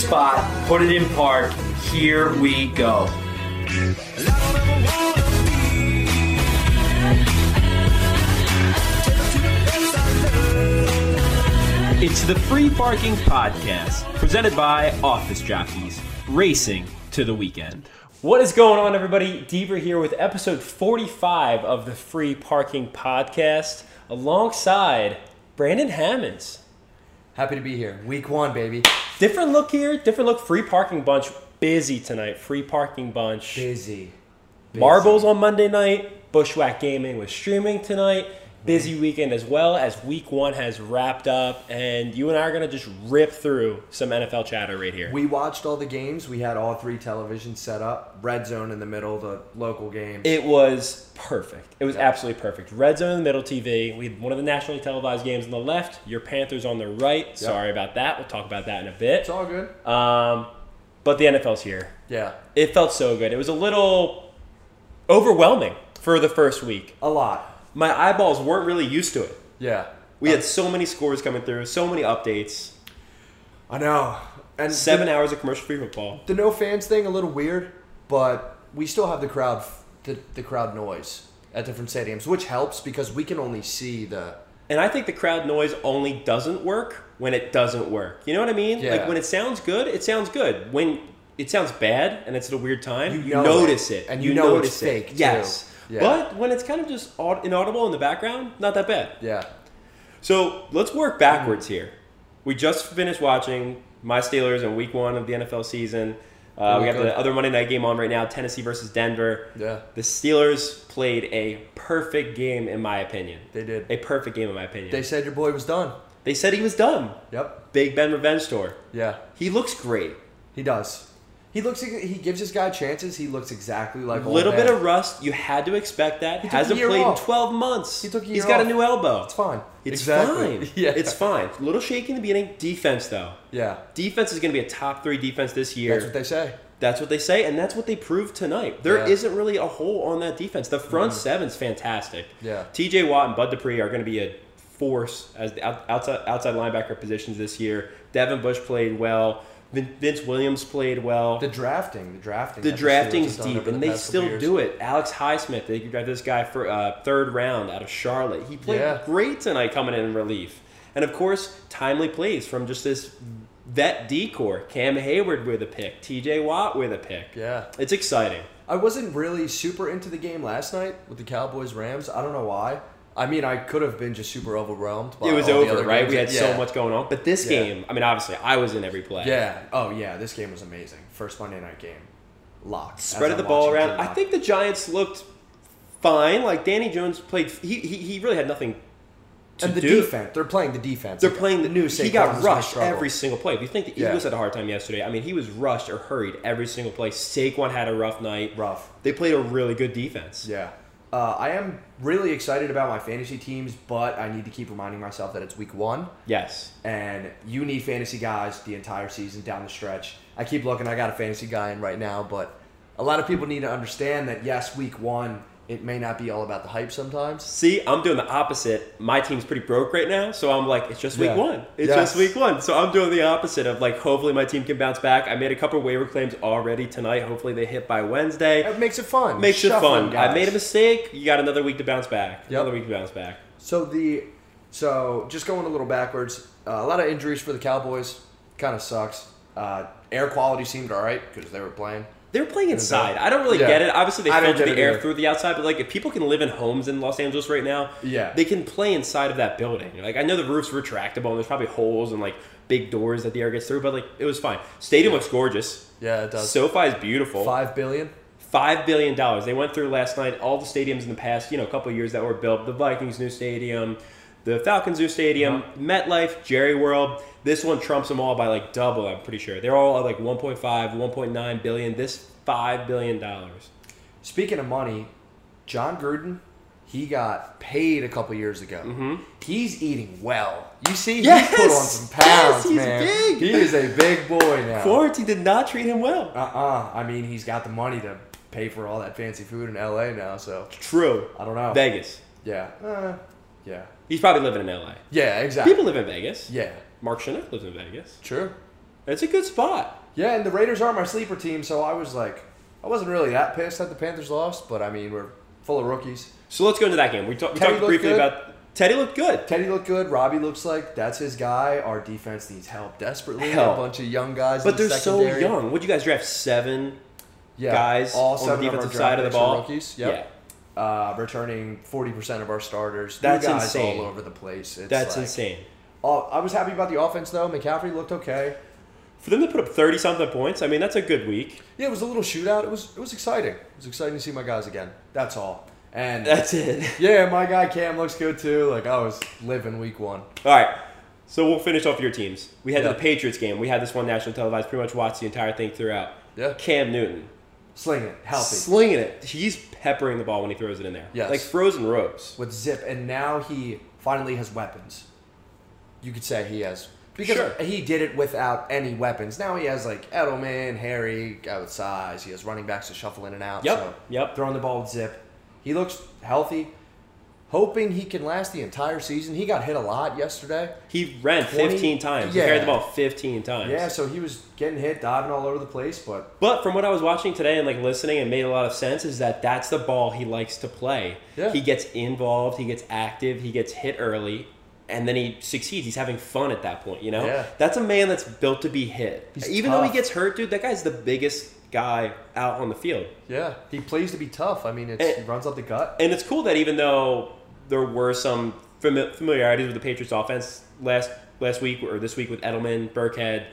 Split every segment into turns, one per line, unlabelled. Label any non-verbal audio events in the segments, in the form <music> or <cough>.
spot, put it in park. Here we go.
It's the Free Parking Podcast, presented by Office Jockeys, racing to the weekend.
What is going on, everybody? Deaver here with episode 45 of the Free Parking Podcast, alongside Brandon Hammonds.
Happy to be here. Week one, baby.
Different look here, different look. Free Parking Bunch busy tonight. Free Parking Bunch.
Busy. Busy.
Marbles on Monday night. Bushwhack Gaming was streaming tonight.
Mm-hmm.
Busy weekend as well as week one has wrapped up, and you and I are gonna just rip through some NFL chatter right here.
We watched all the games. We had all three televisions set up. Red zone in the middle, the local game.
It was perfect. It was absolutely perfect. Red zone in the middle TV. We had one of the nationally televised games on the left. Your Panthers on the right. Sorry about that. We'll talk about that in a bit.
it's all good.
Um, but the NFL's here.
Uh, yeah.
It felt so good. It was a little overwhelming for the first week.
A lot.
My eyeballs weren't really used to it.
Yeah.
We had so many scores coming through, so many updates.
I know. And
Seven hours of commercial free football.
The, the no fans thing a little weird, but we still have the crowd the, the crowd noise at different stadiums, which helps because we can only see the
And I think the crowd noise only doesn't work when it doesn't work. You know what I mean?
Yeah.
Like when it sounds good, it sounds good. When it sounds bad and it's at a weird time, you,
You know
notice it.
it. And you know it's
notice it.
fake, too.
Yes.
Yeah.
But when it's kind of just aud- inaudible in the background, not that bad.
yeah.
So let's work backwards
Mm-hmm.
here. We just finished watching my Steelers in Week One of the NFL season. Uh, we got
Okay.
the other Monday night game on right now, Tennessee versus Denver.
Yeah.
The Steelers played a perfect game, in my opinion.
They did.
A perfect game, in my opinion.
They
They,
said your boy was done.
said he was done.
Yep.
Big Ben revenge tour.
Yeah.
He looks great.
He does. He looks. He gives his guy chances. He looks exactly like
A
old
little
man.
bit of rust. You had to expect that.
took a
Hasn't
year
played in
off.
12 months.
He took a
He's
year
got a
off.
new elbow.
It's fine.
It's
Exactly.
fine.
<laughs> Yeah.
It's fine. A little shaky in the beginning. Defense, though.
Yeah.
Defense is going to be a top three defense this year.
That's what they say.
That's what they say, and that's what they proved tonight. There
Yeah. Mm-hmm.
not really a hole on that defense. The front seven's fantastic.
Yeah.
T.J. Watt and Bud Dupree are going to be a force as the out- outside outside linebacker positions this year. Devin Bush played well. Vin- Vince Williams played well.
The
The,
drafting, the drafting, that the
drafting's
Steelers have done
deep,
over the
and they
past couple
still
years.
do it. Alex Highsmith, they drafted this guy for uh, third round out of Charlotte. He played
Yeah.
great tonight, coming in in relief, and of course, timely plays from just this vet decor. Cam Hayward with a pick, T.J. Watt with a pick.
Yeah,
It's exciting.
I wasn't really super into the game last night with the Cowboys Rams. I don't know why. I mean, I could have been just super overwhelmed. By
it was
all the
over,
other
right?
games.
We had
Yeah.
so much going on. But this
Yeah.
game, I mean, obviously, I was in every play.
Yeah. Oh yeah, this game was amazing. First Monday night game, locked.
Spread of the ball around. I think the Giants looked fine. Like, Danny Jones played, he, he, he really had nothing to
and the
do.
defense. They're playing the defense.
They're
Like,
playing the
I knew
news. He
Saquon was
got
gonna
rushed
struggle.
every single play. If you think the
Yeah.
Eagles had a hard time yesterday, I mean, he was rushed or hurried every single play. Saquon had a rough night.
Rough.
They played a really good defense.
Yeah. Uh, I am really excited about my fantasy teams, but I need to keep reminding myself that it's week one.
Yes.
and you need fantasy guys the entire season down the stretch. I keep looking, I got a fantasy guy in right now, but a lot of people need to understand that yes, week one, it may not be all about the hype sometimes.
See, I'm doing the opposite. My team's pretty broke right now, so I'm like, it's just week
Yeah.
one. It's
Yes.
just week one. So I'm doing the opposite of like, hopefully my team can bounce back. I made a couple waiver claims already tonight. Hopefully they hit by Wednesday.
It makes it fun.
Makes it
Shuffling
fun.
guys.
I made a mistake. You got another week to bounce back. Another week to bounce back.
So the so just going a little backwards, uh, a lot of injuries for the Cowboys. Kind of sucks. Uh, air quality seemed all right because they were playing.
They were playing inside. I don't really
Yeah.
get it. Obviously, they
I don't
filter
get
the
it
air
either.
through the outside, but like, if people can live in homes in Los Angeles right now,
Yeah.
they can play inside of that building. Like, I know the roof's retractable and there's probably holes and like big doors that the air gets through, but like, it was fine. Stadium looks gorgeous.
Yeah, it does.
SoFi is beautiful.
Five billion.
Five billion dollars. They went through last night all the stadiums in the past, you know, couple of years that were built. The Vikings new stadium, the Falcons new stadium,
Uh-huh.
MetLife, Jerry World. This one trumps them all by like double. I'm pretty sure they're all at like 1.5, 1.9 billion. This five billion dollars.
Speaking of money, John Gruden, he got paid a couple years ago. He's eating well. You see,
Yes!
he's put on some pounds,
Yes, he's
man.
big.
He is a big boy now.
Quarantine did not treat him well.
Uh-uh. I mean, he's got the money to pay for all that fancy food in L.A. now, so
True.
I don't know.
Vegas.
yeah, Uh, yeah,
He's probably living in L.A.
Uh-huh. yeah, exactly.
People live in Vegas.
yeah,
Mark Chinook lives in Vegas.
true.
It's a good spot.
Yeah, and the Raiders are my sleeper team, so I was like, I wasn't really that pissed that the Panthers lost, but I mean, we're full of rookies.
So let's go into that game. We, talk, we
Teddy
talked
looked
briefly
good.
about Teddy looked good.
Teddy looked good. Robbie looks like that's his guy. Our defense needs help desperately.
Help.
A bunch of young guys,
But
in
they're
the secondary.
so young. Would you guys draft seven
Yeah,
guys
all
on
seven
the
of our
defensive
draft
side of the
picks are
ball?
Rookies, yep. Uh, returning forty percent of our starters.
That's
New guys
insane.
All over the place. It's
That's
like-
insane.
Oh, I was happy about the offense though. McCaffrey looked okay.
For them to put up thirty something points, I mean that's a good
<laughs>
week.
Yeah, it was a little shootout. It was it was exciting. It was exciting to see my guys again. That's all. And
<laughs> That's it.
yeah, my guy Cam looks good too. Like I was living week one.
All right. So we'll finish off your teams. We had
Yeah.
the Patriots game. We had this one nationally televised. Pretty much watched the entire thing throughout.
Yeah.
Cam Newton
Slinging it, healthy.
slinging it. He's peppering the ball when he throws it in there.
Yes.
Like frozen ropes.
with Zip, and now he finally has weapons. You could say he has because
Sure.
he did it without any weapons. Now he has like Edelman, Harry, guy with size. He has running backs to shuffle in and out.
Yep,
so
yep.
Throwing the ball with Zip, he looks healthy. Hoping he can last the entire season. He got hit a lot yesterday.
He ran
20
fifteen times.
Yeah.
He carried the ball fifteen times.
Yeah, so he was getting hit, diving all over the place, but
But from what I was watching today and like listening, it made a lot of sense. Is that that's the ball he likes to play.
Yeah.
He gets involved. He gets active. He gets hit early, and then he succeeds. He's having fun at that point. You know.
Yeah.
That's a man that's built to be hit.
He's
Even though he
tough.
gets hurt, dude, that guy's the biggest guy out on the field.
yeah, he plays to be tough. I mean, it's,
Eh.
he runs up the gut.
And it's cool that even though there were some fami- familiarities with the Patriots offense last last week or this week with Edelman, Burkhead,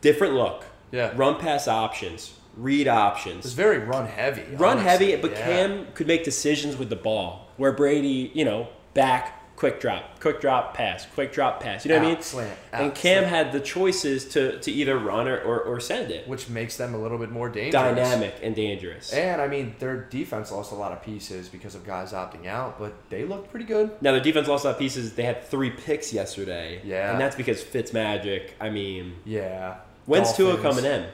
different look.
Yeah.
Run pass options, read options.
It's very run heavy.
run
honestly.
heavy, but
Yeah.
Cam could make decisions with the ball. Where Brady, you know, back, quick drop, quick drop pass, quick drop pass. You know what I
Out,
mean?
slant,
and
out,
Cam
slant.
had the choices to, to either run or, or, or send it.
which makes them a little bit more dangerous.
Dynamic and dangerous.
And I mean, their defense lost a lot of pieces because of guys opting out, but they looked pretty good.
now their defense lost a lot of pieces. They had three picks yesterday.
Yeah.
And that's because Fitzmagic, I mean
Yeah.
when's Tua
Dolphins.
coming in?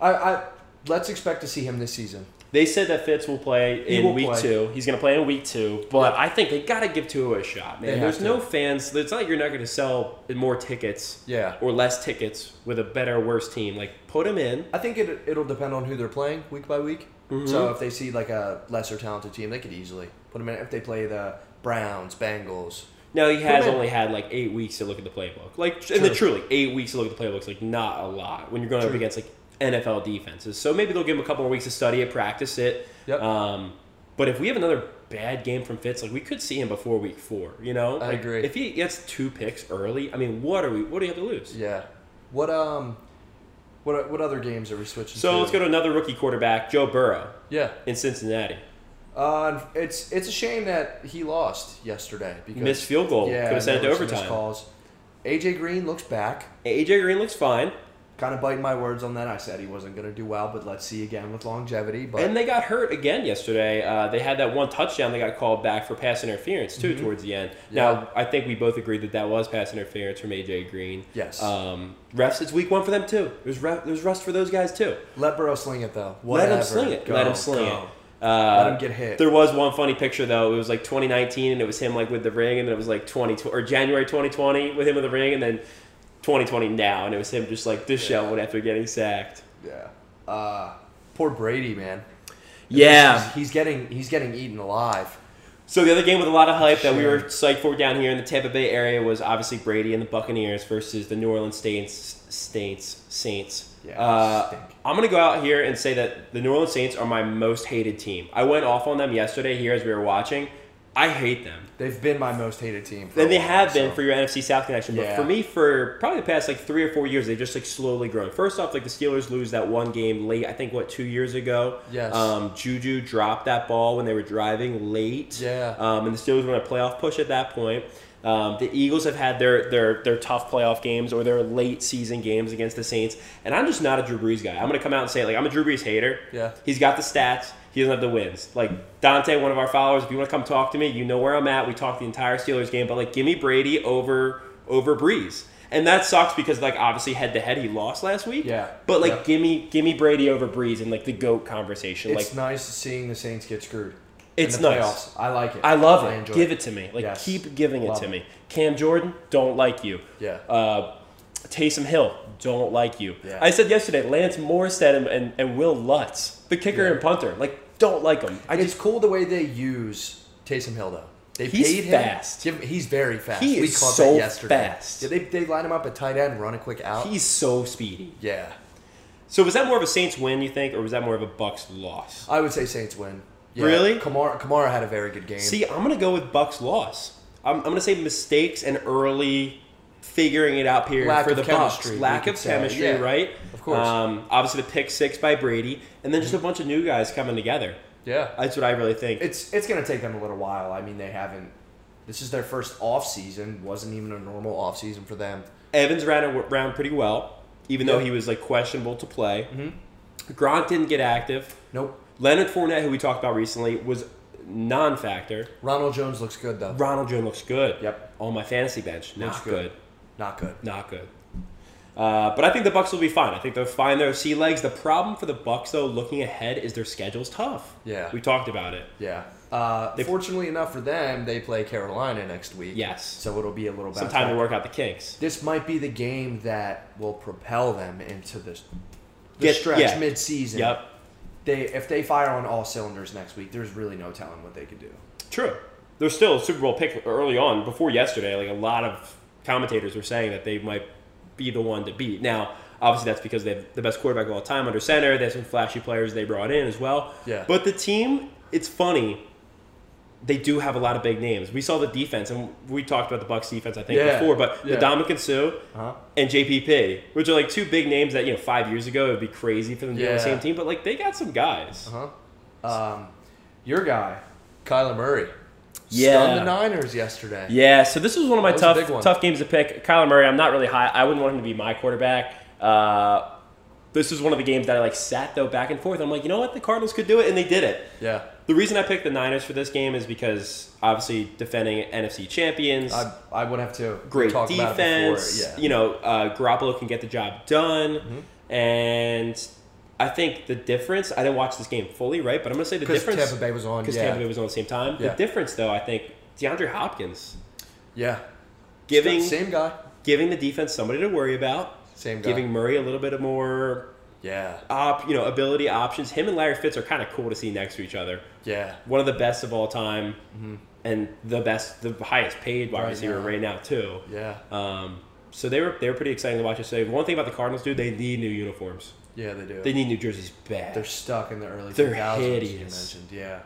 I, I let's expect to see him this season.
They said that Fitz will play
He
in
will
week
play.
two. He's going to play in week two, but I think they got to give Tua a shot,
They
man.
have
There's
to.
no fans. It's not like you're not going to sell more tickets,
Yeah.
or less tickets with a better or worse team. Like put him in.
I think it it'll depend on who they're playing week by week.
Mm-hmm.
So if they see like a lesser talented team, they could easily put him in. If they play the Browns, Bengals,
No, he has
him in.
only had like eight weeks to look at the playbook. Like and the truly eight weeks to look at the playbook's like not a lot when you're going up
True.
against like NFL defenses. So maybe they'll give him a couple more weeks to study it, practice it.
Yep.
Um, but if we have another bad game from Fitz, like we could see him before week four. You know,
I
Like,
agree.
If he gets two picks early, I mean, what are we? What do you have to lose?
yeah. What um, what what other games are we switching?
So
to?
let's go to another rookie quarterback, Joe Burrow
Yeah.
in Cincinnati.
Uh, it's it's a shame that he lost yesterday because
Missed field goal. Could have sent it
there
to
were some missed
overtime.
Calls. AJ Green looks back.
AJ Green looks fine,
Kind of biting my words on that. I said he wasn't going to do well, but let's see again with longevity. But
and they got hurt again yesterday. Uh, they had that one touchdown. They got called back for pass interference too towards the end.
Mm-hmm. Yeah.
Now I think we both agreed that that was pass interference from AJ Green.
Yes.
Um, refs, it's week one for them too. There's re- there's rust for those guys too.
let Burrow sling it though.
Let him
Whatever.
sling it.
Go,
Let him sling
go.
it. Uh,
Let him get hit.
There was one funny picture though. It was like 2019, and it was him like with the ring, and it was like 20 or January 2020 with him with the ring, and then 2020 now, and it was him just like disheveled after getting sacked.
Yeah. Uh, poor Brady, man.
Yeah.
He's, he's getting he's getting eaten alive.
So the other game with a lot of hype that we were psyched for down here in the Tampa Bay area was obviously Brady and the Buccaneers versus the New Orleans Saints. Saints. Saints.
Yeah,
Uh,
stink.
I'm gonna go out here and say that the New Orleans Saints are my most hated team. I went off on them yesterday here as we were watching. I hate them.
They've been my most hated team. For
Then
a
they
while,
have been
so-
for your NFC South connection, but
Yeah.
for me, for probably the past like three or four years, they've just like slowly grown. First off, like the Steelers lose that one game late. I think what two years ago.
Yes.
Um, Juju dropped that ball when they were driving late.
Yeah.
Um, and the Steelers were in a playoff push at that point. Um, the Eagles have had their, their their tough playoff games or their late season games against the Saints, and I'm just not a Drew Brees guy. I'm gonna come out and say it, like I'm a Drew Brees hater.
Yeah.
He's got the stats. He doesn't have the wins. Like Dante, one of our followers, if you want to come talk to me, you know where I'm at. We talked the entire Steelers game, but like, give me Brady over over Breeze, and that sucks because like obviously head to head he lost last week.
Yeah.
But like,
Yeah.
give me give me Brady over Breeze and like the goat conversation.
It's
like
nice seeing the Saints get screwed.
It's
in the
nice.
playoffs. I like it.
I love it.
enjoy
Give it to me. Like
Yes.
keep giving it
Love
to
it.
me. Cam Jordan, don't like you.
Yeah.
Uh, Taysom Hill, don't like you.
Yeah.
I said yesterday, Lance Morstead and, and, and Will Lutz, the kicker and punter, like don't like them. I
it's cool the way they use Taysom Hill though. They
He's
paid him.
fast.
Give him- he's very fast.
He
we
is
caught
so
that yesterday.
fast.
Yeah, they they line him up at tight end, run a quick out.
he's so speedy.
yeah,
So was that more of a Saints win, you think, or was that more of a Bucks loss?
I would say Saints win. Yeah,
Really?
Kamara Kamara had a very good game.
See, I'm gonna go with Bucks loss. I'm, I'm gonna say mistakes and early figuring it out period
Lack
for
of
the
chemistry,
Bucks.
we
Lack
could
of
say.
chemistry,
Yeah,
right?
of course. Mm-hmm.
Um, obviously, the pick six by Brady, and then just a bunch of new guys coming together.
yeah,
That's what I really think.
it's it's gonna take them a little while. I mean, they haven't. This is their first off season. wasn't even a normal off season for them.
Evans ran a- around pretty well, even though
Yeah.
he was like questionable to play. Grant didn't get active.
Nope.
Leonard Fournette, who we talked about recently, was non-factor.
Ronald Jones looks good though.
Ronald Jones looks good.
Yep.
On my fantasy bench, not
Looks
good.
good. Not good.
Not good. Uh, but I think the Bucks will be fine. I think they'll find their sea legs. The problem for the Bucks, though, looking ahead, is their schedule's tough.
Yeah.
we talked about it.
Yeah. Uh, fortunately enough for them, they play Carolina next week.
Yes.
So it'll be a little.
Some
bounce
time
back.
to work out the kinks.
This might be the game that will propel them into the, the
Get-
stretch
yeah.
mid-season.
Yep,
They if they fire on all cylinders next week, there's really no telling what they could do.
true. There's still a Super Bowl pick early on before yesterday. Like a lot of commentators were saying that they might be the one to beat. Now, obviously, that's because they have the best quarterback of all time under center. They have some flashy players they brought in as well.
Yeah.
But the team, it's funny. They do have a lot of big names. We saw the defense, and we talked about the Bucks defense, I think,
Yeah.
before. But the
Yeah.
Dominican Sue
Uh-huh.
and JPP, which are like two big names that you know five years ago it would be crazy for them to be on the
Yeah.
same team. But like they got some guys. Uh-huh.
Huh? Um, your guy, Kyler Murray,
Yeah.
stunned the Niners yesterday.
Yeah, so this was one of my
That was a
tough
big one.
tough games to pick. Kyler Murray, I'm not really high. I wouldn't want him to be my quarterback. Uh, this was one of the games that I like sat though back and forth. I'm like, you know what, the Cardinals could do it, and they did it.
Yeah.
The reason I picked the Niners for this game is because obviously defending NFC champions,
I, I would have to
great
talk about it
defense.
before, yeah. Mm-hmm.
You know, uh, Garoppolo can get the job done, and I think the difference. I didn't watch this game fully, right? But I'm gonna say the
because
difference
Tampa Bay was on.
because
yeah.
Tampa Bay was on at the same time.
Yeah.
The difference, though, I think DeAndre Hopkins
yeah.
giving
same guy.
giving the defense somebody to worry about,
Same guy.
giving Murray a little bit of more
Yeah.
op, you know, ability options. Him and Larry Fitz are kind of cool to see next to each other.
Yeah.
One of the best of all time, and the best, the highest paid wide
Mm-hmm. Right
receiver
now.
right now too.
Yeah.
Um, so they were they were pretty exciting to watch us. Say one thing about the Cardinals, dude, they need new uniforms.
Yeah. They do.
They need new jerseys bad.
They're stuck in the early
They're
2000s. You
hideous.
mentioned, yeah,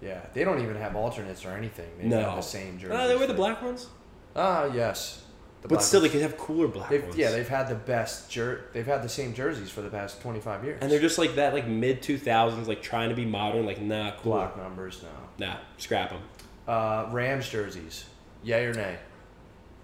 yeah. They don't even have alternates or anything. They
no
have the same jersey.
No, Oh, they wear the black ones,
Ah, yes. The
but
black
still
ones.
they could have cooler black
They've-
ones.
yeah, they've had the best jer- They've had the same jerseys for the past twenty five years.
and they're just like that, like mid two thousands, like trying to be modern, like nah, cool,
black numbers now.
nah, scrap them.
Uh, Rams jerseys. Yay or nay?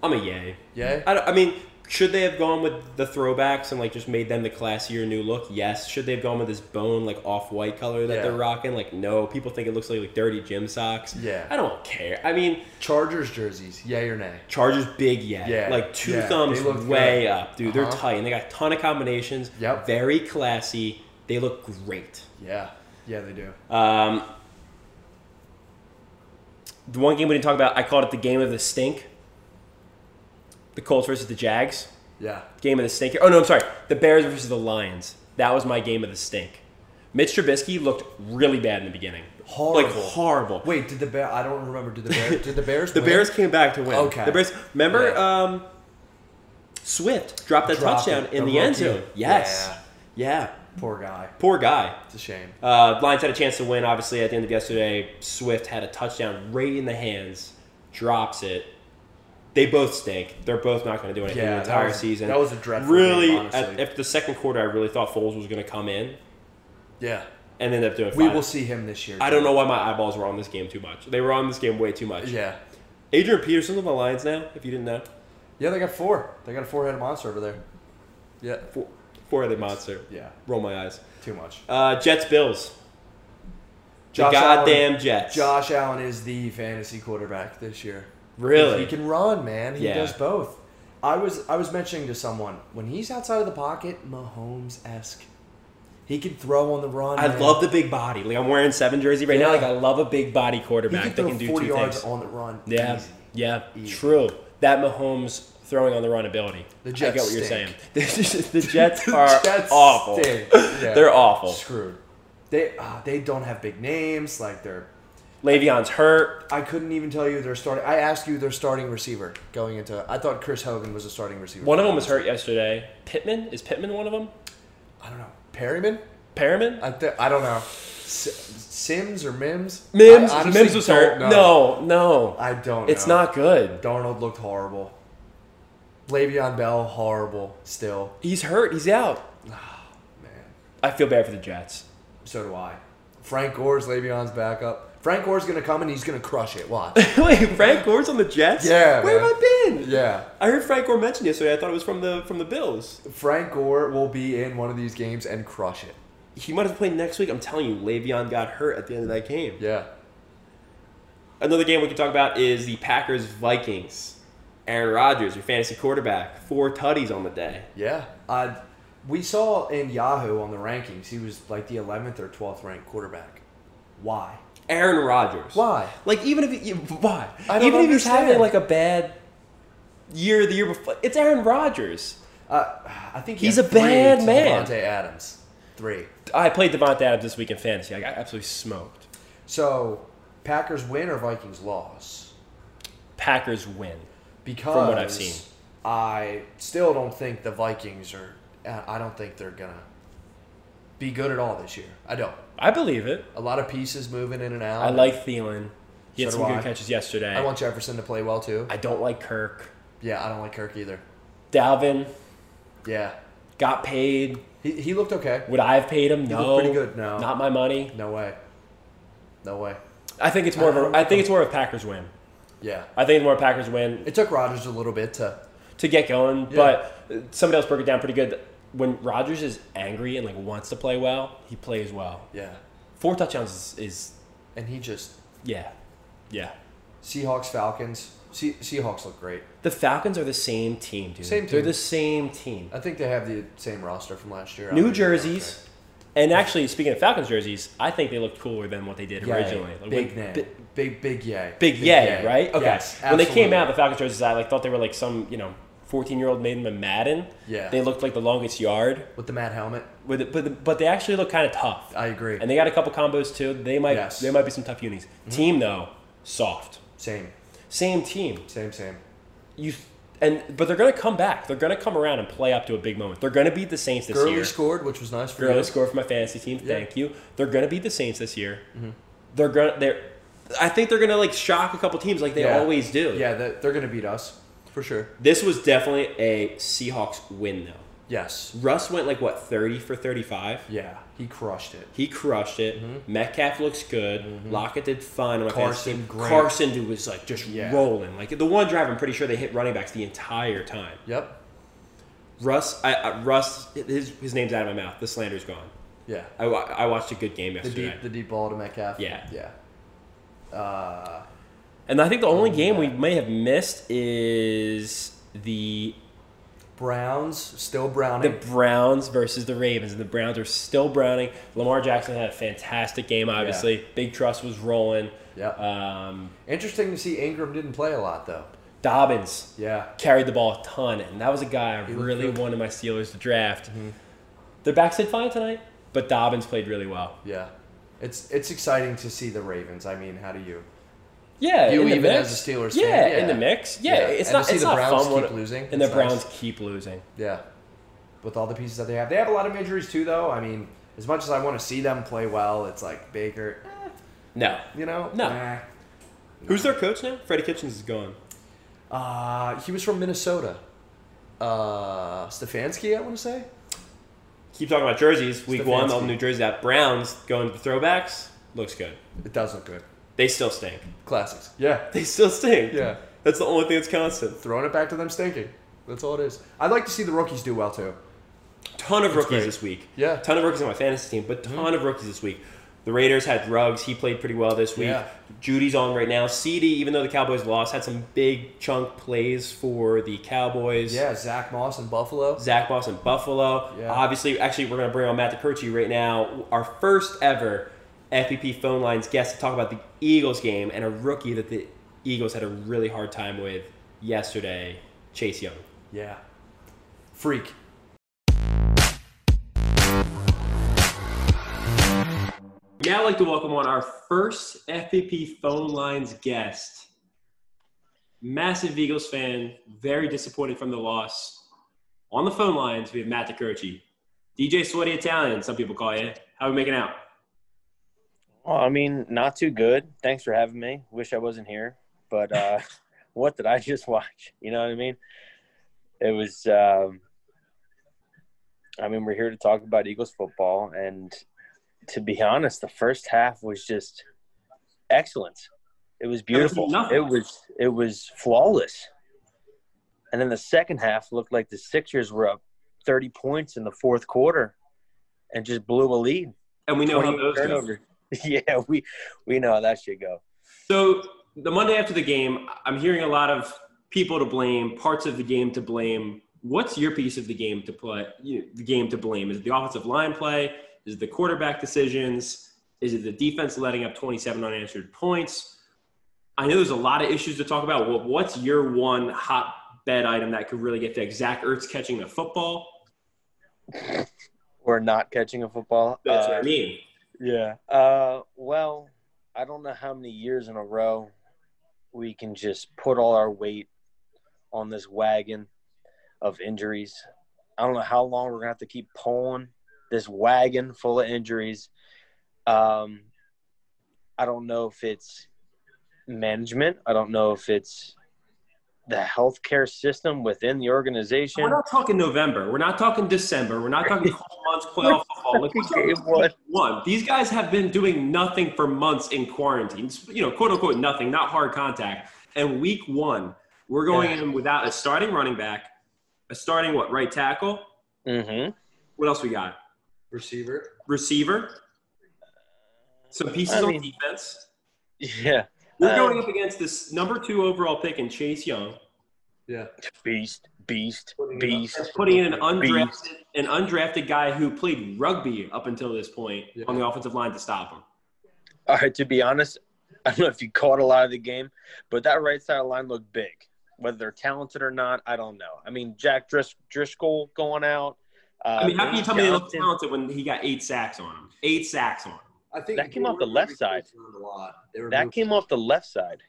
I'm a yay.
Yay.
I, don't- I mean, should they have gone with the throwbacks and like just made them the classier new look? Yes. Should they have gone with this bone like off white color that
Yeah.
they're rocking? Like no. People think it looks like like dirty gym socks.
Yeah.
I don't care. I mean,
Chargers jerseys. Yay or nay?
Chargers big yet.
Yeah.
Like two
Yeah.
thumbs
They look
way
good.
up, dude. They're
Uh-huh.
tight and they got a ton of combinations.
Yep.
Very classy. They look great.
Yeah. Yeah, they do.
Um, the one game we didn't talk about, I called it the game of the stink. The Colts versus the Jags.
Yeah.
game of the stink. Oh no, I'm sorry. The Bears versus the Lions. That was my game of the stink. Mitch Trubisky looked really bad in the beginning. Like
Horrible.
horrible.
Wait, did the bear? I don't remember. Did the
<laughs>
bear? Did the Bears?
the
win?
Bears came back to win.
Okay.
The Bears. Remember,
Yeah.
um, Swift dropped that
Dropped
touchdown
it.
in
The
the end
rookie.
zone. Yes. Yeah.
Poor guy.
Poor guy.
It's a shame.
Uh, Lions had a chance to win. Obviously, at the end of yesterday, Swift had a touchdown right in the hands, drops it. They both stink. They're both not going to do anything
Yeah,
the
that
entire
was-
season.
that was a dreadful
Really,
game, honestly.
at, if the second quarter, I really thought Foles was going to come in
Yeah.
and end up doing.
We
fine.
will see him this year.
I don't know why my eyeballs were on this game too much. They were on this game way too much.
Yeah.
Adrian Peterson's on the Lions now. If you didn't know,
Yeah, they got four. They got a four-headed monster over there. Yeah.
four, four-headed monster.
Yeah.
Roll my eyes.
Too much.
Uh, Jets Bills. The
Josh Allen.
goddamn Jets.
Josh Allen is the fantasy quarterback this year.
Really?
He can run, man. He
Yeah.
does both. I was I was mentioning to someone when he's outside of the pocket, Mahomes esque. He can throw on the run.
I
man.
love the big body. Like I'm wearing seven jersey right now.
Yeah.
Like I love a big body
He
quarterback
can
that
throw
can do
40
two
yards
things.
on the run.
Yeah,
Easy.
yeah,
Easy.
true. That Mahomes throwing on the run ability.
The
I get
Jets
what you're saying. <laughs>
stink.
the Jets
The
are
Jets
awful.
stink. Yeah.
They're awful.
Screwed. They uh, they don't have big names. Like they're.
Le'Veon's hurt.
I couldn't even tell you they're starting. I asked you their starting receiver going into. I thought Chris Hogan was a starting receiver.
One of them was hurt yesterday. Pittman is Pittman one of them?
I don't know. Perryman.
Perriman?
I th- I don't know. S- Sims or Mims.
Mims.
I honestly
Mims was
don't
hurt.
know.
No, no.
I don't.
it's
know.
not good.
Darnold looked horrible. Le'Veon Bell horrible still.
He's hurt. He's out.
Man,
I feel bad for the Jets. <laughs>
so do I. Frank Gore's Le'Veon's backup. Frank Gore's gonna come and he's gonna crush it. Watch.
<laughs> Wait, Frank Gore's on the Jets?
Yeah,
Where
man.
have I been?
yeah.
I heard Frank Gore mentioned yesterday. I thought it was from the from the Bills.
Frank Gore will be in one of these games and crush it.
He might have played next week. I'm telling you, Le'Veon got hurt at the end of that game.
Yeah.
Another game we can talk about is the Packers Vikings. Aaron Rodgers, your fantasy quarterback, four tutties on the day.
Yeah. Uh, we saw in Yahoo on the rankings he was like the 11th or 12th ranked quarterback. Why?
Aaron Rodgers.
Why?
Like even if he, why?
I don't
even if he's
understand.
having like a bad year the year before, it's Aaron Rodgers.
Uh, I think he
He's
had
a
three
bad
to
man.
Devontae Adams, three.
I played Devontae Adams this week in fantasy. I got absolutely smoked.
So Packers win or Vikings loss?
Packers win.
Because
what I've seen.
I still don't think the Vikings are. uh, I don't think they're gonna be good at all this year. I don't.
I believe it.
A lot of pieces moving in and out.
I like Thielen. He had
So
some
do
good
I.
catches yesterday.
I want Jefferson to play well too.
I don't like Kirk.
Yeah, I don't like Kirk either.
Dalvin
Yeah,
got paid.
he, he looked okay.
Would I have paid him? No.
looked pretty good, no.
Not my money.
No way. No way.
I think it's more of
I
a.
don't
I think it's more of a Packers win.
Yeah.
I think it's more of a Packers win
It took Rodgers a little bit to.
to get going. But somebody else broke it down pretty good. When Rodgers is angry and like wants to play well, he plays well.
Yeah.
Four touchdowns is, is
And he just
yeah, yeah.
Seahawks Falcons. Se- Seahawks look great.
The Falcons are the same team, dude.
Same
They're
team.
the same team.
I think they have the same roster from last year. I
New
don't even know if they-
jerseys. And actually, speaking of Falcons jerseys, I think they look cooler than what they did
Yay.
originally. Like,
big
when-
name.
bi-
big, big yay.
big yay, right? Okay.
Yes,
when they came
absolutely.
out, the Falcons jerseys, I like thought they were like some you know fourteen year old made them a Madden.
Yeah.
They looked like the longest yard,
With the mad helmet.
with it, but but they actually look kind of tough.
I agree.
And they got a couple combos too. They might
Yes. Mm-hmm.
there might be some tough unis. Team though, soft.
Same.
Same team.
Same, same.
You and but they're gonna come back. They're gonna come around and play up to a big moment. They're gonna beat the Saints this
Gurley
year.
scored, which was nice for
Gurley
you.
score for my fantasy team.
Yeah. Mm-hmm.
Thank you. They're gonna beat the Saints this year. They're gonna they're. I think they're gonna like shock a couple teams like they
Yeah.
always do.
Yeah, that, they're going to beat us. For sure.
This was definitely a Seahawks win, though.
Yes.
Russ went like what thirty for thirty-five.
Yeah. He crushed it.
He crushed it. Metcalf looks good. Lockett did fine. On my
Mm-hmm. Carson,
fantasy team.
great.
Carson dude, was like just
Yeah.
rolling. Like the one drive, I'm pretty sure they hit running backs the entire time.
Yep.
Russ, I, I, Russ, his his name's out of my mouth. The slander's gone.
Yeah.
I, wa- I watched a good game
The
yesterday,
deep, the deep ball to Metcalf.
Yeah.
Yeah. Uh,
and I think the
Oh,
only game we may have missed is the
Browns still
the
Browning.
Browns versus the Ravens, and the Browns are still Browning. Lamar Jackson had a fantastic game, obviously. Big trust was rolling.
Yep.
Um,
Interesting to see Ingram didn't play a lot though.
Dobbins
Yeah.
carried the ball a ton, and that was a guy I
looked
really
good. Mm-hmm.
wanted my Steelers to draft. Their backs did fine tonight, but Dobbins played really well.
Yeah. It's it's exciting to see the Ravens. I mean, how do you?
Yeah,
You
in the
even
mix.
as a Steelers fan,
yeah,
yeah.
in the mix. Yeah,
Yeah. And
it's
to
not.
see
It's
the
not
Browns
fun when-
keep losing,
and the
it's
Browns
nice.
keep losing.
Yeah. With all the pieces that they have, they have a lot of injuries too, though. I mean, as much as I want to see them play well, it's like Baker, eh,
No,
you know.
No.
nah.
who's their coach now? Freddie Kitchens is gone.
Uh, he was from Minnesota. Uh, Stefanski, I want to say.
Keep talking about jerseys. Week one,
Stefanski.
all New Jersey. That Browns going to the throwbacks looks good.
It does look good.
They still stink.
Classics. Yeah.
They still stink.
Yeah.
That's the only thing that's constant.
Throwing it back to them stinking. That's all it is. I'd like to see the rookies do well too.
Ton of rookies
great.
this week.
Yeah. Mm-hmm.
Ton of rookies on my fantasy team, but ton of rookies this week. The Raiders had Ruggs. He played pretty well this week.
Yeah.
Judy's on right now. CD, even though the Cowboys lost, had some big chunk plays for the Cowboys.
Yeah, Zach Moss in Buffalo.
Zach Moss in Buffalo.
Yeah.
Obviously, actually, we're going to bring on Matt DiPerci right now. Our first ever FPP phone lines guest to talk about the Eagles game and a rookie that the Eagles had a really hard time with yesterday, Chase Young.
Yeah. Freak.
Now, I'd like to welcome on our first FPP phone lines guest. Massive Eagles fan, very disappointed from the loss. On the phone lines, we have Matt DiCurci. DJ Sweaty Italian, some people call you. How are we making out?
Well, I mean, not too good. Thanks for having me. Wish I wasn't here, but uh, what did I just watch? You know what I mean? It was. Um, I mean, we're here to talk about Eagles football, and to be honest, the first half was just excellent. It was beautiful.
nothing.
It was it was flawless. And then the second half looked like the Sixers were up thirty points in the fourth quarter, and just blew a lead.
And we know how
20
those go.
turnovers. <laughs> Yeah, we we know how that should go.
So the Monday after the game, I'm hearing a lot of people to blame, parts of the game to blame. What's your piece of the game to play? You the game to blame is it the offensive line play? Is it the quarterback decisions? Is it the defense letting up 27 unanswered points? I know there's a lot of issues to talk about. Well, what's your one hot bed item that could really get fixed? Zach Ertz catching the football?
Or not catching a football.
That's
Uh,
what I mean.
Yeah. Uh, well, I don't know how many years in a row we can just put all our weight on this wagon of injuries. I don't know how long we're gonna have to keep pulling this wagon full of injuries. Um, I don't know if it's management. I don't know if it's the healthcare system within the organization.
We're not talking November. We're not talking December. We're not talking cold months
<laughs>
playoff football. Like, we're talking
It was-
one. These guys have been doing nothing for months in quarantine. It's, You know, quote unquote nothing, not hard contact. And week one, we're going in without a starting running back, a starting what right tackle.
Mhm.
What else we got?
Receiver.
Receiver. Some pieces
I
on
mean-
defense.
<laughs> Yeah.
We're
Um,
going up against this number two overall pick in Chase Young,
Yeah.
Beast, beast,
Putting it up.
beast.
and putting in an undrafted, an undrafted guy who played rugby up until this point
Yeah.
on the offensive line to stop him.
All right, to be honest, I don't know if you caught a lot of the game, but that right side line looked big. Whether they're talented or not, I don't know. I mean, Jack Dris- Driscoll going out. Uh,
I mean, how can you tell me they look
Johnson-
talented when he got eight sacks on him? Eight sacks on him.
I think
That came
they
off
were
the left
moving
side.
around A lot. They were
That
moving-
came off the left side.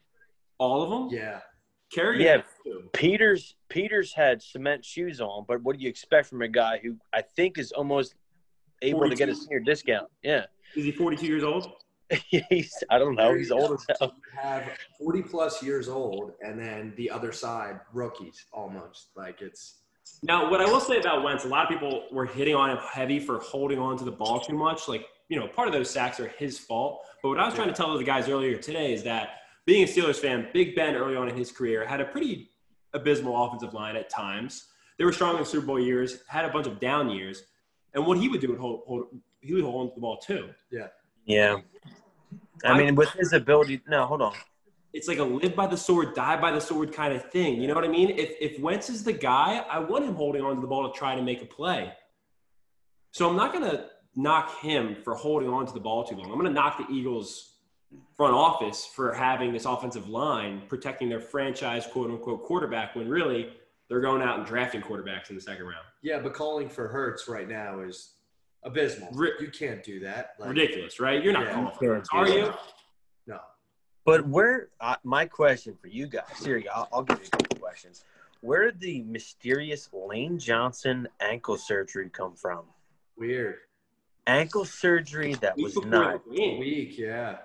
All of them?
Yeah.
Carry
Yeah.
it, too.
Peters Peters had cement shoes on, but what do you expect from a guy who I think is almost able to get a
42?
senior discount? Yeah, <laughs>
Is he 42 years old?
he's I don't know,
There
he's
you
old
go.
as hell.
Have 40 plus years old, and then the other side, rookies almost. Like it's.
Now, what I will say about Wentz, a lot of people were hitting on him heavy for holding on to the ball too much. Like, you know, part of those sacks are his fault. But what I was trying to tell the guys earlier today is that being a Steelers fan, Big Ben early on in his career had a pretty abysmal offensive line at times. They were strong in Super Bowl years, had a bunch of down years. And what he would do would hold, hold he would hold on to the ball too.
Yeah. I mean, with his ability, no, hold on.
it's like a live by the sword, die by the sword kind of thing. You know what I mean? If if Wentz is the guy, I want him holding on to the ball to try to make a play. So I'm not gonna knock him for holding on to the ball too long. I'm gonna knock the Eagles front office for having this offensive line protecting their franchise quote unquote quarterback when really they're going out and drafting quarterbacks in the second round.
Yeah, but calling for Hertz right now is abysmal.
Ri-
you can't do that. Like,
Ridiculous, right? You're not
Yeah.
calling for it, are you?
No.
But where uh, my question for you guys, Siri, I'll, I'll give you a couple questions. Where did the mysterious Lane Johnson ankle surgery come from?
Weird.
Ankle surgery that
Week
was
before
not.
the game.
Weak, yeah.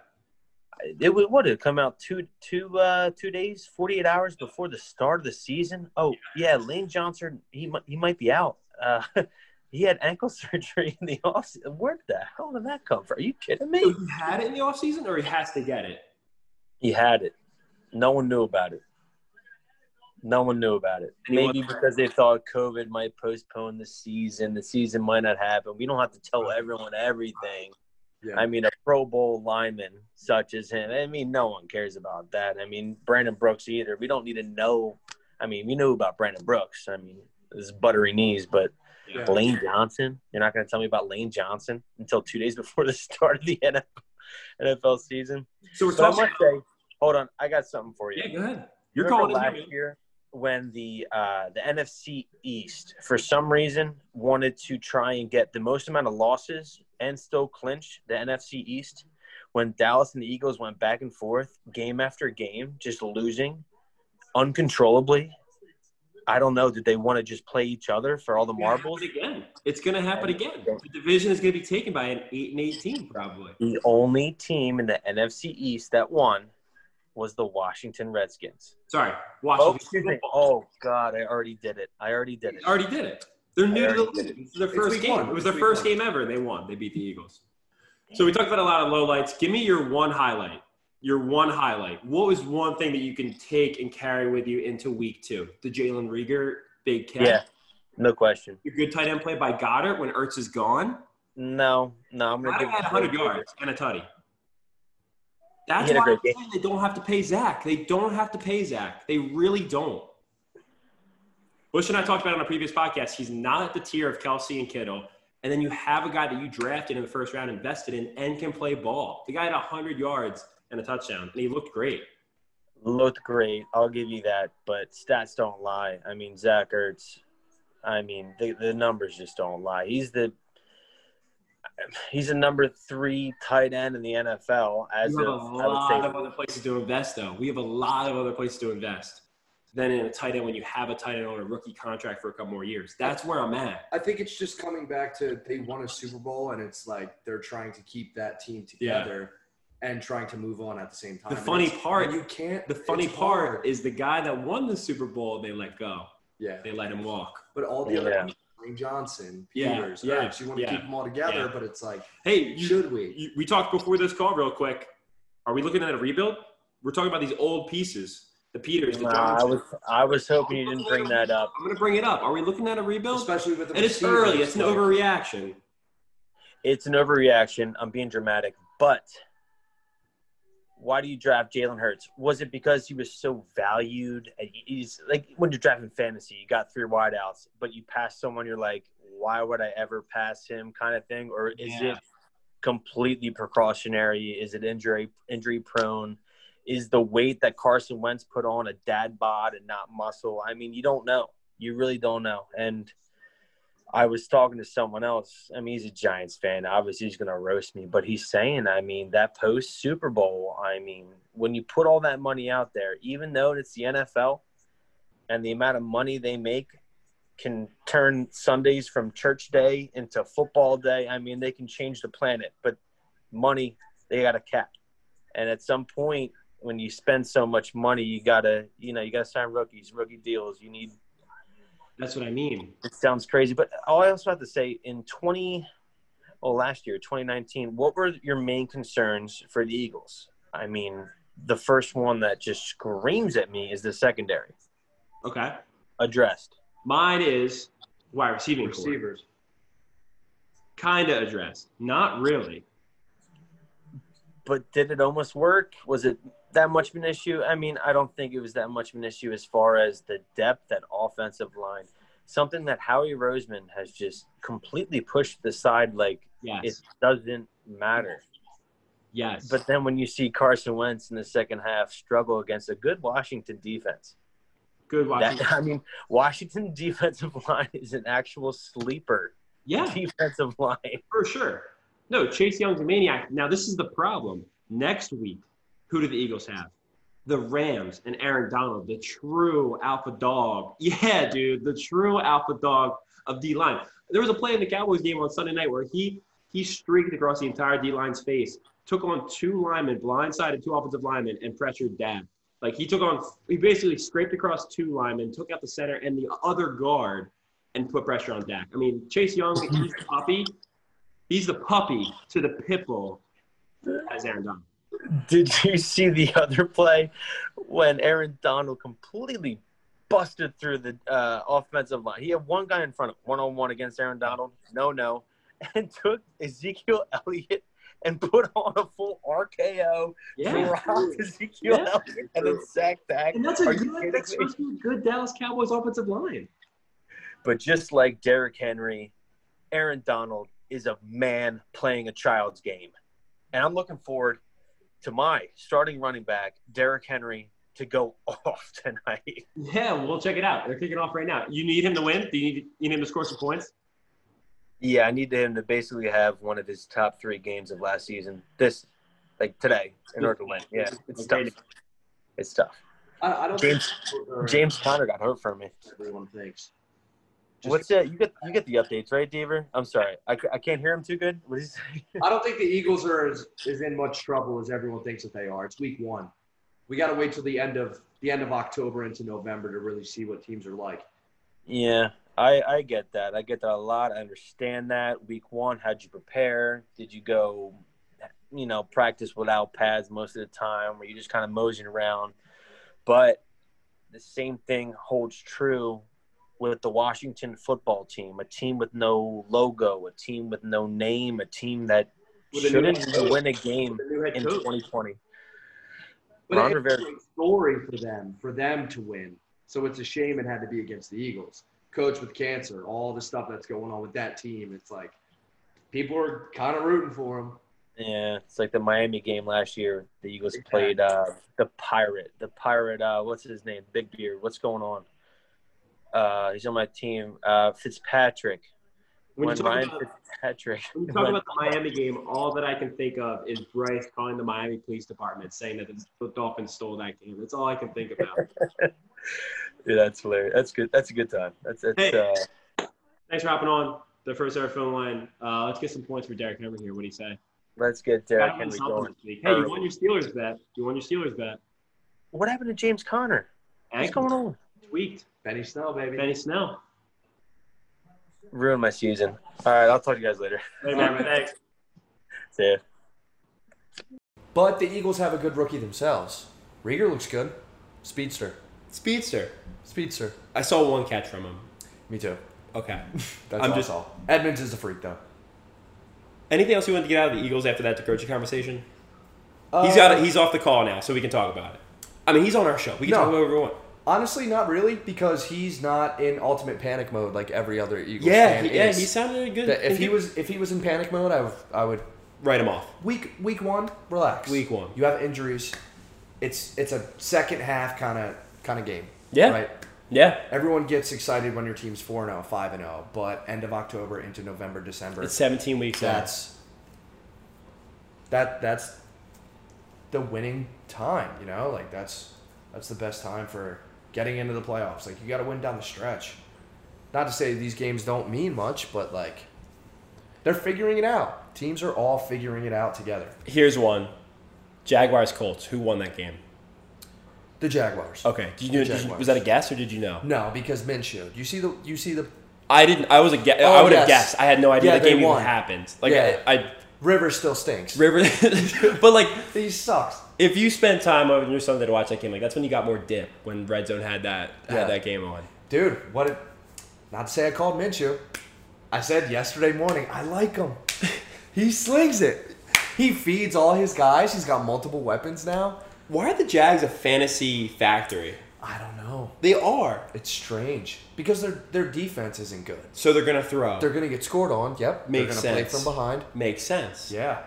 It was what did it come out two two uh, two days, forty eight hours before the start of the season. Oh yeah, Lane Johnson, he mi- he might be out. Uh, <laughs> he had ankle <laughs> surgery in the off. Where the hell did that come from? Are you kidding
So
me?
he had it in the offseason or he has to get it?
He had it. No one knew about it. No one knew about it.
Anyone-
Maybe because they thought COVID might postpone the season. The season might not happen. We don't have to tell everyone everything.
Yeah.
I mean, a Pro Bowl lineman such as him. I mean, no one cares about that. I mean, Brandon Brooks either. We don't need to know. I mean, we knew about Brandon Brooks. I mean, his buttery knees, but
Yeah.
Lane Johnson. You're not going to tell me about Lane Johnson until two days <laughs> before the start of the NFL, NFL season.
So we're
But I
talking.
must say, hold on, I got something for you.
Yeah, go ahead. You're
Remember
calling it.
last year when the uh, the NFC East for some reason wanted to try and get the most amount of losses and still clinch the NFC East when Dallas and the Eagles went back and forth game after game just losing uncontrollably. I don't know. Did they want to just play each other for all the marbles?
It's gonna happen again. It's going to happen again. The division is going to be taken by an eight and eighteen probably.
The only team in the NFC East that won was the Washington Redskins.
Sorry,
Oh,
Washington.
excuse me. Oh God, I already did it. I already did it.
already did it. They're new to the
already
league. This is their
It's
first
week
game.
one.
It
It's
was their
week
first
one.
game ever. They won. They beat the Eagles. So we talked about a lot of lowlights. Give me your one highlight. Your one highlight. What was one thing that you can take and carry with you into week two? The Jalen Rieger big catch.
Yeah. No question.
Your good tight end play by Goddard when Ertz is gone.
No, no, I'm gonna
Goddard
give
had
it
100 yards and a tutty. That's
He had a
why I'm
great
saying they don't have to pay Zach. They don't have to pay Zach. They really don't. Bush and I talked about it on a previous podcast. He's not at the tier of Kelsey and Kittle. And then you have a guy that you drafted in the first round, invested in, and can play ball. The guy had 100 yards and a touchdown, and he looked great.
Looked great. I'll give you that, but stats don't lie. I mean, Zach Ertz. I mean, the the numbers just don't lie. He's the he's a number three tight end in the NFL as
You have
of
a
I would say
lot of other places to invest, though. We have a lot of other places to invest than in a tight end when you have a tight end on a rookie contract for a couple more years. That's where I'm at.
I think it's just coming back to they won a Super Bowl and it's like they're trying to keep that team
Yeah.
together and trying to move on at the same time.
The funny
And it's-
part-
and you can't.
The funny
it's
part
hard.
is the guy that won the Super Bowl, they let go.
yeah,
They let him walk.
but all the other
Yeah.
teams, Lane Johnson,
Yeah,
Peters,
yeah,
Ertz, you want to
yeah,
keep them all together,
yeah.
but it's like,
Hey, you,
should we?
you, we talked before this call real quick. Are we looking at a rebuild? We're talking about these old pieces. The Peters, the
Nah, uh, I
Johnson.
was I was hoping you didn't bring that up.
I'm going to bring it up. Are we looking at a rebuild?
Especially with the
And it's
receivers,
early. It's an
like,
overreaction.
It's an overreaction. I'm being dramatic, but why do you draft Jalen Hurts? Was it because he was so valued? And he- He's like when you're drafting fantasy, you got three wideouts, but you pass someone, you're like, why would I ever pass him? Kind of thing, or is
Yeah.
it completely precautionary? Is it injury injury prone? Is the weight that Carson Wentz put on a dad bod and not muscle? I mean, you don't know. You really don't know. And I was talking to someone else. I mean, he's a Giants fan. Obviously, he's going to roast me, but he's saying, I mean, that post Super Bowl, I mean, when you put all that money out there, even though it's the NFL and the amount of money they make can turn Sundays from church day into football day. I mean, they can change the planet, but money, they got a cap. And at some point, when you spend so much money, you got to, you know, you got to sign rookies, rookie deals. You need
That's what I mean.
it sounds crazy, but all I also have to say in 20, well, last year, 2019, what were your main concerns for the Eagles? I mean, the first one that just screams at me is the secondary
Okay.
addressed.
Mine is wide receiving core.
receivers.
Kind of addressed. Not really.
But did it almost work? Was it that much of an issue? I mean, I don't think it was that much of an issue as far as the depth at offensive line. Something that Howie Roseman has just completely pushed aside, like
Yes.
it doesn't matter.
yes.
But then when you see Carson Wentz in the second half struggle against a good Washington defense,
good watching.
that, <laughs> I mean, Washington defensive <laughs> line is an actual sleeper
yeah.
defensive line.
For sure. No, Chase Young's a maniac. Now, this is the problem. Next week, who do the Eagles have? The Rams and Aaron Donald, the true alpha dog. <laughs> Yeah, dude, the true alpha dog of D line. There was a play in the Cowboys game on Sunday night where he he streaked across the entire D line's face, took on two linemen, blindsided two offensive linemen, and pressured Dab. Like he took on, he basically scraped across two linemen, took out the center and the other guard, and put pressure on Dak. I mean, Chase Young, he's a puppy. He's the puppy to the pit bull as Aaron Donald.
Did you see the other play when Aaron Donald completely busted through the uh, offensive line? He had one guy in front of one on one against Aaron Donald. No, no. And took Ezekiel Elliott and put on a full RKO,
Yeah.
drop Ezekiel
Yeah.
Elliott, and then sack that.
And that's a
Are you
good,
kidding
that's
me?
supposed to be a good Dallas Cowboys offensive line.
But just like Derrick Henry, Aaron Donald is a man playing a child's game. And I'm looking forward to my starting running back, Derrick Henry, to go <laughs> off tonight.
Yeah, we'll check it out. They're kicking off right now. You need him to win? Do you need, you need him to score some points?
Yeah, I need him to basically have one of his top three games of last season. This, like today, in order to win. Yeah, it's tough. It's tough.
I, I don't
James James Conner got hurt for me.
everyone thinks.
What's that? You get you get the updates, right, Deaver? I'm sorry, I, c- I can't hear him too good. What is he say?
I don't think the Eagles are as, as in much trouble as everyone thinks that they are. It's week one. We got to wait till the end of the end of October into November to really see what teams are like.
Yeah, I I get that. I get that a lot. I understand that. Week one, how'd you prepare? Did you go, you know, practice without pads most of the time? Were you just kind of moseying around? But the same thing holds true with the Washington football team, a team with no logo, a team with no name, a team that
With a new
shouldn't
head
even
coach.
win a game
The new head
in
coach.
2020.
But
Ron
it's
Rivera.
a great story for them, for them to win. So it's a shame it had to be against the Eagles. Coach with cancer, all the stuff that's going on with that team. It's like people are kind of rooting for him.
Yeah, it's like the Miami game last year. The Eagles
Exactly.
played uh, the pirate. The pirate. Uh, what's his name? Big Beard. What's going on? Uh, he's on my team. Uh, Fitzpatrick.
When you
When,
talk
Ryan
about-
Fitzpatrick. <laughs>
When you talk about the Miami game, all that I can think of is Bryce calling the Miami Police Department saying that the Dolphins stole that game. That's all I can think about.
<laughs> Yeah, that's hilarious. That's good. That's a good time. That's that's.
Hey.
Uh,
Thanks for hopping on the first ever phone line. Uh, let's get some points for Derek Henry here. What do you say?
let's get
Gotta
Derrick
win
Henry
something
going.
this week. Hey, you won your Steelers bet. You won your Steelers bet.
What happened to James Conner? What's
Ankle
going on?
tweaked.
Benny Snell, Oh, baby.
Benny Snell.
Ruined my season. All right, I'll talk to you guys later. <laughs>
Hey, man, thanks.
See ya.
But the Eagles have a good rookie themselves. Rieger looks good. Speedster.
Speedster.
Speedster.
I saw one catch from him.
Me too.
Okay.
<laughs> That's
I'm
all I
just-
saw. Edmonds is a freak though.
Anything else you want to get out of the Eagles after that Dakota conversation?
Uh,
he's got. He's off the call now, so we can talk about it. I mean, he's on our show. We can
No.
talk about everyone.
Honestly, not really, because he's not in ultimate panic mode like every other Eagles
Yeah,
fan
he, yeah.
is.
He sounded good.
That if
And
he was if he was in panic mode, I would I would
write him off.
week week one relax.
Week one.
you have injuries. It's it's a second half kind of kind of game.
Yeah.
right.
Yeah,
Everyone gets excited when your team's four and 5 and zero, but end of October into November December,
it's 17 weeks. in.
that's that that's the winning time. You know, like that's that's the best time for getting into the playoffs. Like you got to win down the stretch. Not to say these games don't mean much, but like they're figuring it out. Teams are all figuring it out together.
Here's one. Jaguars Colts. Who won that game?
The Jaguars.
Okay. Did you,
The
did you-
Jaguars.
was that a guess or did you know?
No, because Minshew. You see the you see the
I didn't. I was a guess. I
Oh,
would have
yes.
guessed. I had no idea
Yeah,
the
they
game even
won.
happened. Like
Yeah.
I
river still stinks.
river, <laughs> but like
He sucks.
if you spent time on your Sunday to watch that game, like that's when you got more dip when Red Zone had that
Yeah.
had that game on.
Dude, what? It, not to say I called Minshew. I said yesterday morning, I like him. he slings it. He feeds all his guys. He's got multiple weapons now.
Why are the Jags a fantasy factory?
I don't know.
They are.
It's strange because their their defense isn't good.
So they're gonna throw.
They're gonna get scored on. Yep.
Makes
They're gonna
sense.
play from behind.
Makes sense.
Yeah.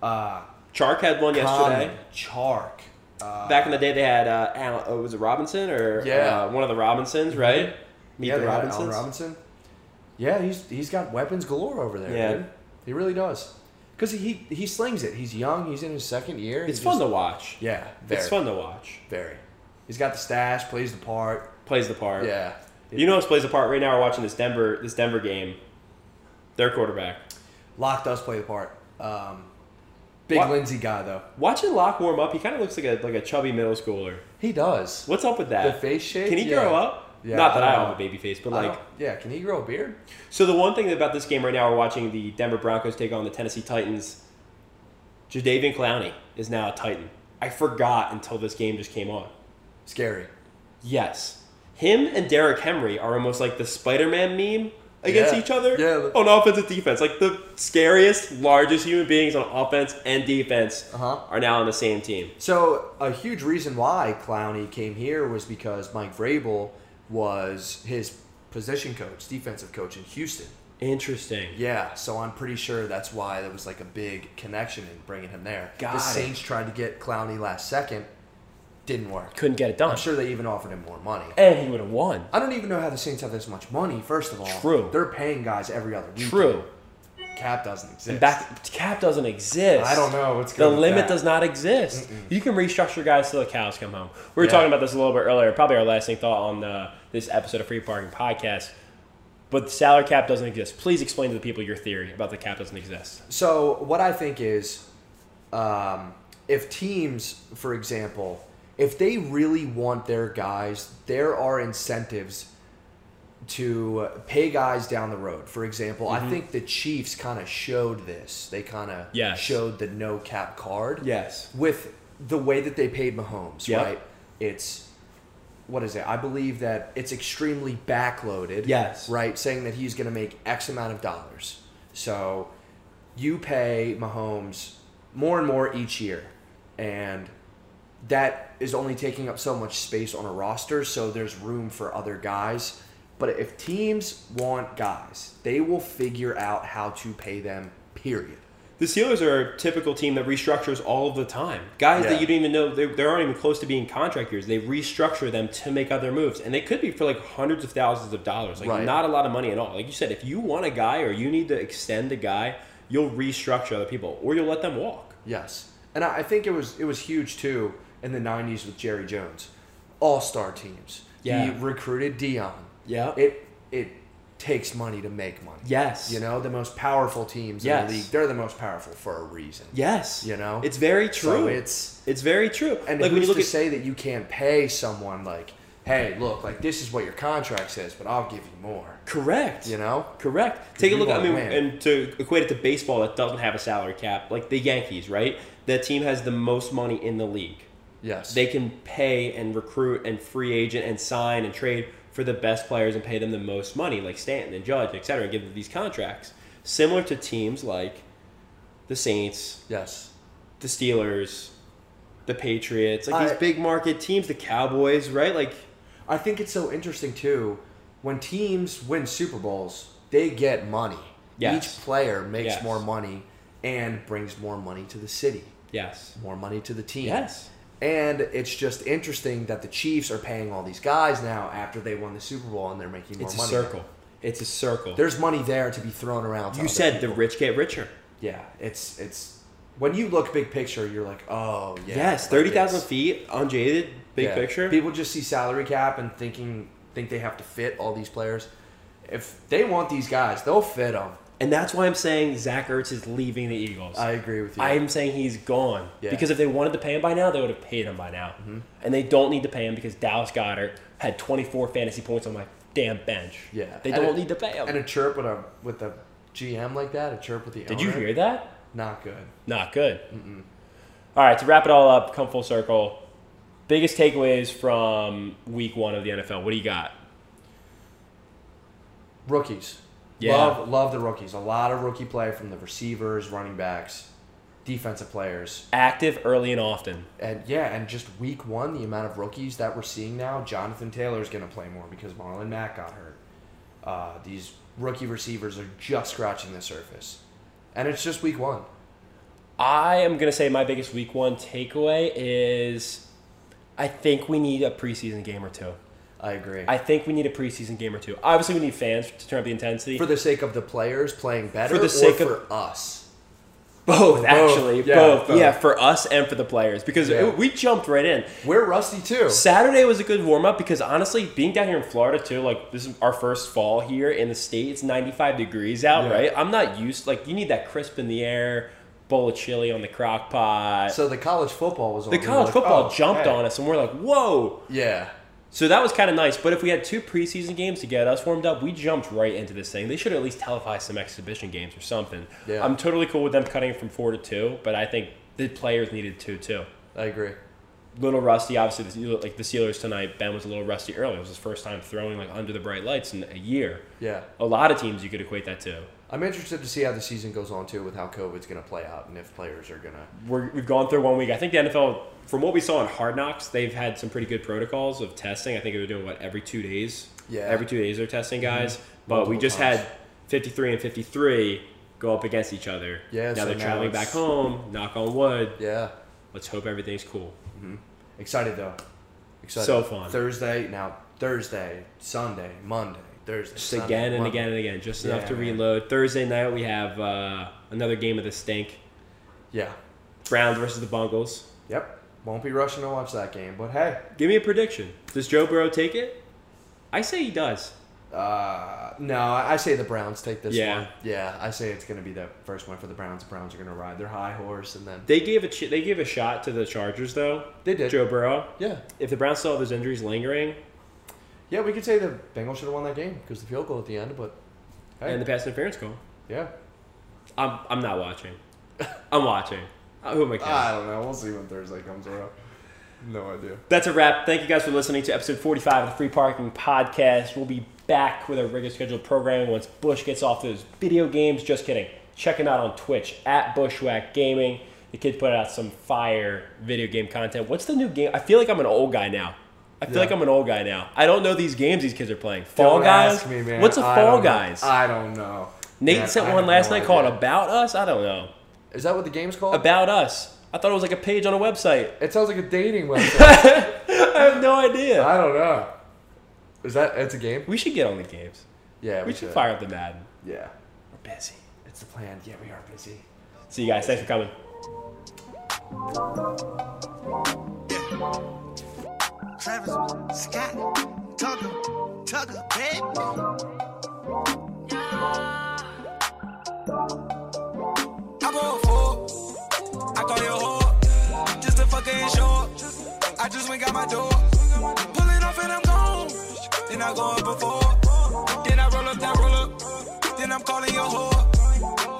Uh,
Chark had one yesterday.
Conley, Chark. Uh,
Back in the day, they had uh, Alan, oh, was it Robinson or
Yeah. Mm-hmm.
uh, one of the Robinsons, right? Meet
yeah,
the
they had Allen
Robinsons.
Robinson. Yeah, he's he's got weapons galore over there.
Yeah.
dude. He really does. Because he he slings it. He's young. He's in his second year.
It's
He
fun
just-
to watch.
Yeah, very.
It's fun to watch.
Very. He's got the stash, plays the part.
Plays the part.
Yeah.
You know, what plays the part right now. We're watching this Denver this Denver game. Their quarterback.
Locke does play the part. Um, big
What?
Lindsay guy though.
Watching Locke warm up, he kind of looks like a like a chubby middle schooler.
He does.
What's up with
The
that?
face shape.
Can he
yeah.
grow up?
Yeah,
Not that
I
I
don't
have a
know.
baby face, but
I
like,
don't- yeah, can he grow a beard?
so the one thing about this game right now, we're watching the Denver Broncos take on the Tennessee Titans. Jadavian Clowney is now a Titan. I forgot until this game just came on.
Scary.
Yes, him and Derrick Henry are almost like the Spider-Man meme, against
Yeah.
each other
Yeah.
on offense and defense. Like the scariest, largest human beings on offense and defense
Uh-huh.
are now on the same team.
So a huge reason why Clowney came here was because Mike Vrabel was his position coach, defensive coach in Houston.
Interesting.
Yeah, so I'm pretty sure that's why there was like a big connection in bringing him there.
Got
the
it.
Saints tried to get Clowney last second, didn't work.
Couldn't get it done.
I'm sure they even offered him more money.
And he would have won.
I don't even know how the Saints have this much money. First of all,
True.
They're paying guys every other week.
True.
Cap doesn't exist.
And back cap doesn't exist.
I don't know what's
The
going.
limit does not exist. You can restructure guys till the cows come home. We were
Yeah.
talking about this a little bit earlier, probably our lasting thought on uh, this episode of Free Parking Podcast. But the salary cap doesn't exist. Please explain to the people your theory about the cap doesn't exist.
So what I think is, um, if teams, for example, if they really want their guys, there are incentives to pay guys down the road. For example, I think the Chiefs kind of showed this. They kind of
Yes.
showed the no cap card.
Yes.
With the way that they paid Mahomes,
Yep.
right? It's what is it? I believe that it's extremely backloaded.
Yes.
Right, saying that he's going to make X amount of dollars. So you pay Mahomes more and more each year, and that is only taking up so much space on a roster. So there's room for other guys. But if teams want guys, they will figure out how to pay them. Period.
The Steelers are a typical team that restructures all of the time. Guys
Yeah.
that you don't even know, they, they aren't even close to being contract years. They restructure them to make other moves. And they could be for like hundreds of thousands of dollars. Like
Right.
not a lot of money at all. Like you said, if you want a guy or you need to extend a guy, you'll restructure other people or you'll let them walk.
Yes, and I I think it was it was huge too in the '90s with Jerry Jones, All Star teams. He
Yeah.
recruited Dion.
Yeah.
It it takes money to make money.
Yes.
You know the most powerful teams in
Yes.
the league. They're the most powerful for a reason.
Yes.
You know?
It's very true.
So it's
it's very true.
and
like
who's
when you look
to
at
say that you can't pay someone like, hey, look, like this is what your contract says, but I'll give you more.
correct.
You know?
Correct. Take a
we
look. I
wanna
mean,
win.
and to equate it to baseball that doesn't have a salary cap, like the Yankees, right? That team has the most money in the league.
Yes.
They can pay and recruit and free agent and sign and trade for the best players and pay them the most money, like Stanton and Judge, et cetera, and give them these contracts. Similar to teams like the Saints,
yes.
the Steelers, the Patriots, like
I-
these big market teams, the Cowboys, right? Like
I think it's so interesting too when teams win Super Bowls, they get money.
Yes.
Each player makes
Yes.
more money and brings more money to the city,
yes.
more money to the team.
Yes.
And it's just interesting that the Chiefs are paying all these guys now after they won the Super Bowl and they're making more
It's a
money.
circle. It's a circle.
There's money there to be thrown around. to
you
other
said
people.
the rich get richer.
yeah. It's it's when you look big picture, you're like, oh yeah.
yes,
like
thirty thousand
it's-
feet, unjaded, big
yeah.
picture.
People just see salary cap and thinking think they have to fit all these players. If they want these guys, they'll fit them.
and that's why I'm saying Zach Ertz is leaving the Eagles.
I agree with you.
I'm saying he's gone
Yeah. Mm-hmm.
because if they wanted to pay him by now, they would have paid him by now, and they don't need to pay him because Dallas Goddard had 24 fantasy points on my damn bench.
Yeah.
they
And
don't
it-
need to pay him.
and a chirp with a with a GM like that, a chirp with the
Did you
owner,
hear that?
Not good.
Not good. All right, to wrap it all up, come full circle. Biggest takeaways from Week One of the NFL. What do you got?
Rookies.
Yeah.
Love love the rookies. A lot of rookie play from the receivers, running backs, defensive players.
Active early and often.
And yeah, and just week one, the amount of rookies that we're seeing now, Jonathan Taylor's gonna play more because Marlon Mack got hurt. Uh, these rookie receivers are just scratching the surface. And it's just week one.
I am gonna say my biggest week one takeaway is I think we need a preseason game or two.
I agree.
I think we need a preseason game or two. Obviously, we need fans to turn up the intensity.
for the sake of the players playing better
For the
or
sake of-
for us.
both, actually,
yeah,
both.
both.
Yeah, for us and for the players because
Yeah.
it- we jumped right in.
We're rusty too.
Saturday was a good warm up because honestly, being down here in Florida too, like this is our first fall here in the state. It's 95 degrees out,
Yeah.
right? I'm not used. Like you need that crisp in the air, bowl of chili on the crock pot.
So the college football was on.
the
We were
college
like,
football
oh,
jumped
hey.
on us, and we're like, whoa.
Yeah.
So that was kind of nice. But if we had two preseason games to get us warmed up, we jumped right into this thing. They should at least televise some exhibition games or something.
Yeah.
I'm totally cool with them cutting it from four to two, but I think the players needed two too.
I agree.
little rusty. Obviously, the, like the Steelers tonight, Ben was a little rusty early. It was his first time throwing like under the bright lights in a year.
Yeah.
A lot of teams you could equate that to.
I'm interested to see how the season goes on too, with how COVID's going to play out and if players are going to.
We're, we've gone through one week. I think the NFL, from what we saw in Hard Knocks, they've had some pretty good protocols of testing. I think they're doing what every two days.
Yeah. Mm-hmm.
Every two days they're testing guys. But we
Multiple
just
times.
had 53 and 53 go up against each other.
Yeah,
Now
so
they're
now
traveling
it's-
back home. Knock on wood.
Yeah.
Let's hope everything's cool.
Excited though. Excited.
So fun.
Thursday now. Thursday, Sunday, Monday, Thursday.
Just
Sunday,
again and
Monday.
again and again, just
Yeah,
enough to
man.
reload. Thursday night we have uh, another game of the stink.
Yeah.
Browns versus the Bungles.
Yep. Won't be rushing to watch that game, but hey,
Give me a prediction. Does Joe Burrow take it? I say he does.
uh, no, I I say the Browns take this
Yeah.
one. Yeah, I say it's going to be the first one for the Browns. The Browns are going to ride their high horse, and then
They gave a ch- they gave a shot to the Chargers though.
They did.
Joe Burrow.
yeah,
If the Browns still have those injuries lingering
yeah, we could say the Bengals should have won that game because the field goal at the end, but hey,
and the pass interference call,
yeah,
I'm I'm not watching. I'm watching. Uh, Who am I kidding?
I don't know. We'll see when Thursday comes around. No idea.
That's a wrap. Thank you guys for listening to episode 45 of the Free Parking Podcast. We'll be back with our regular scheduled programming once Bush gets off those video games. Just kidding. Check him out on Twitch at Bushwhack Gaming. The kid put out some fire video game content. What's the new game? I feel like I'm an old guy now. I feel
Yeah.
like I'm an old guy now. I don't know these games these kids are playing. Fall
Don't
Guys?
ask me, man.
What's a
I
Fall
don't know.
Guys?
I don't know.
Nate
Man, I
sent
have
one last
no
night called
idea.
About Us? I don't know.
Is that what the game's called?
About Us. I thought it was like a page on a website. <laughs>
It sounds like a dating website.
I have no idea.
I don't know. Is that? It's a game.
We should get on the games.
Yeah, we,
We should fire up the Madden.
Yeah,
We're busy.
it's the plan. Yeah, we are busy.
See you guys. Thanks for coming.
Travis Scott, Tucker, Tucker, baby. I bought four. I call your whore. Just a fucking short. I just went got my door. Pull it off and I'm gone. Then I go up before. Then I roll up that roll up. Then I'm calling your whore.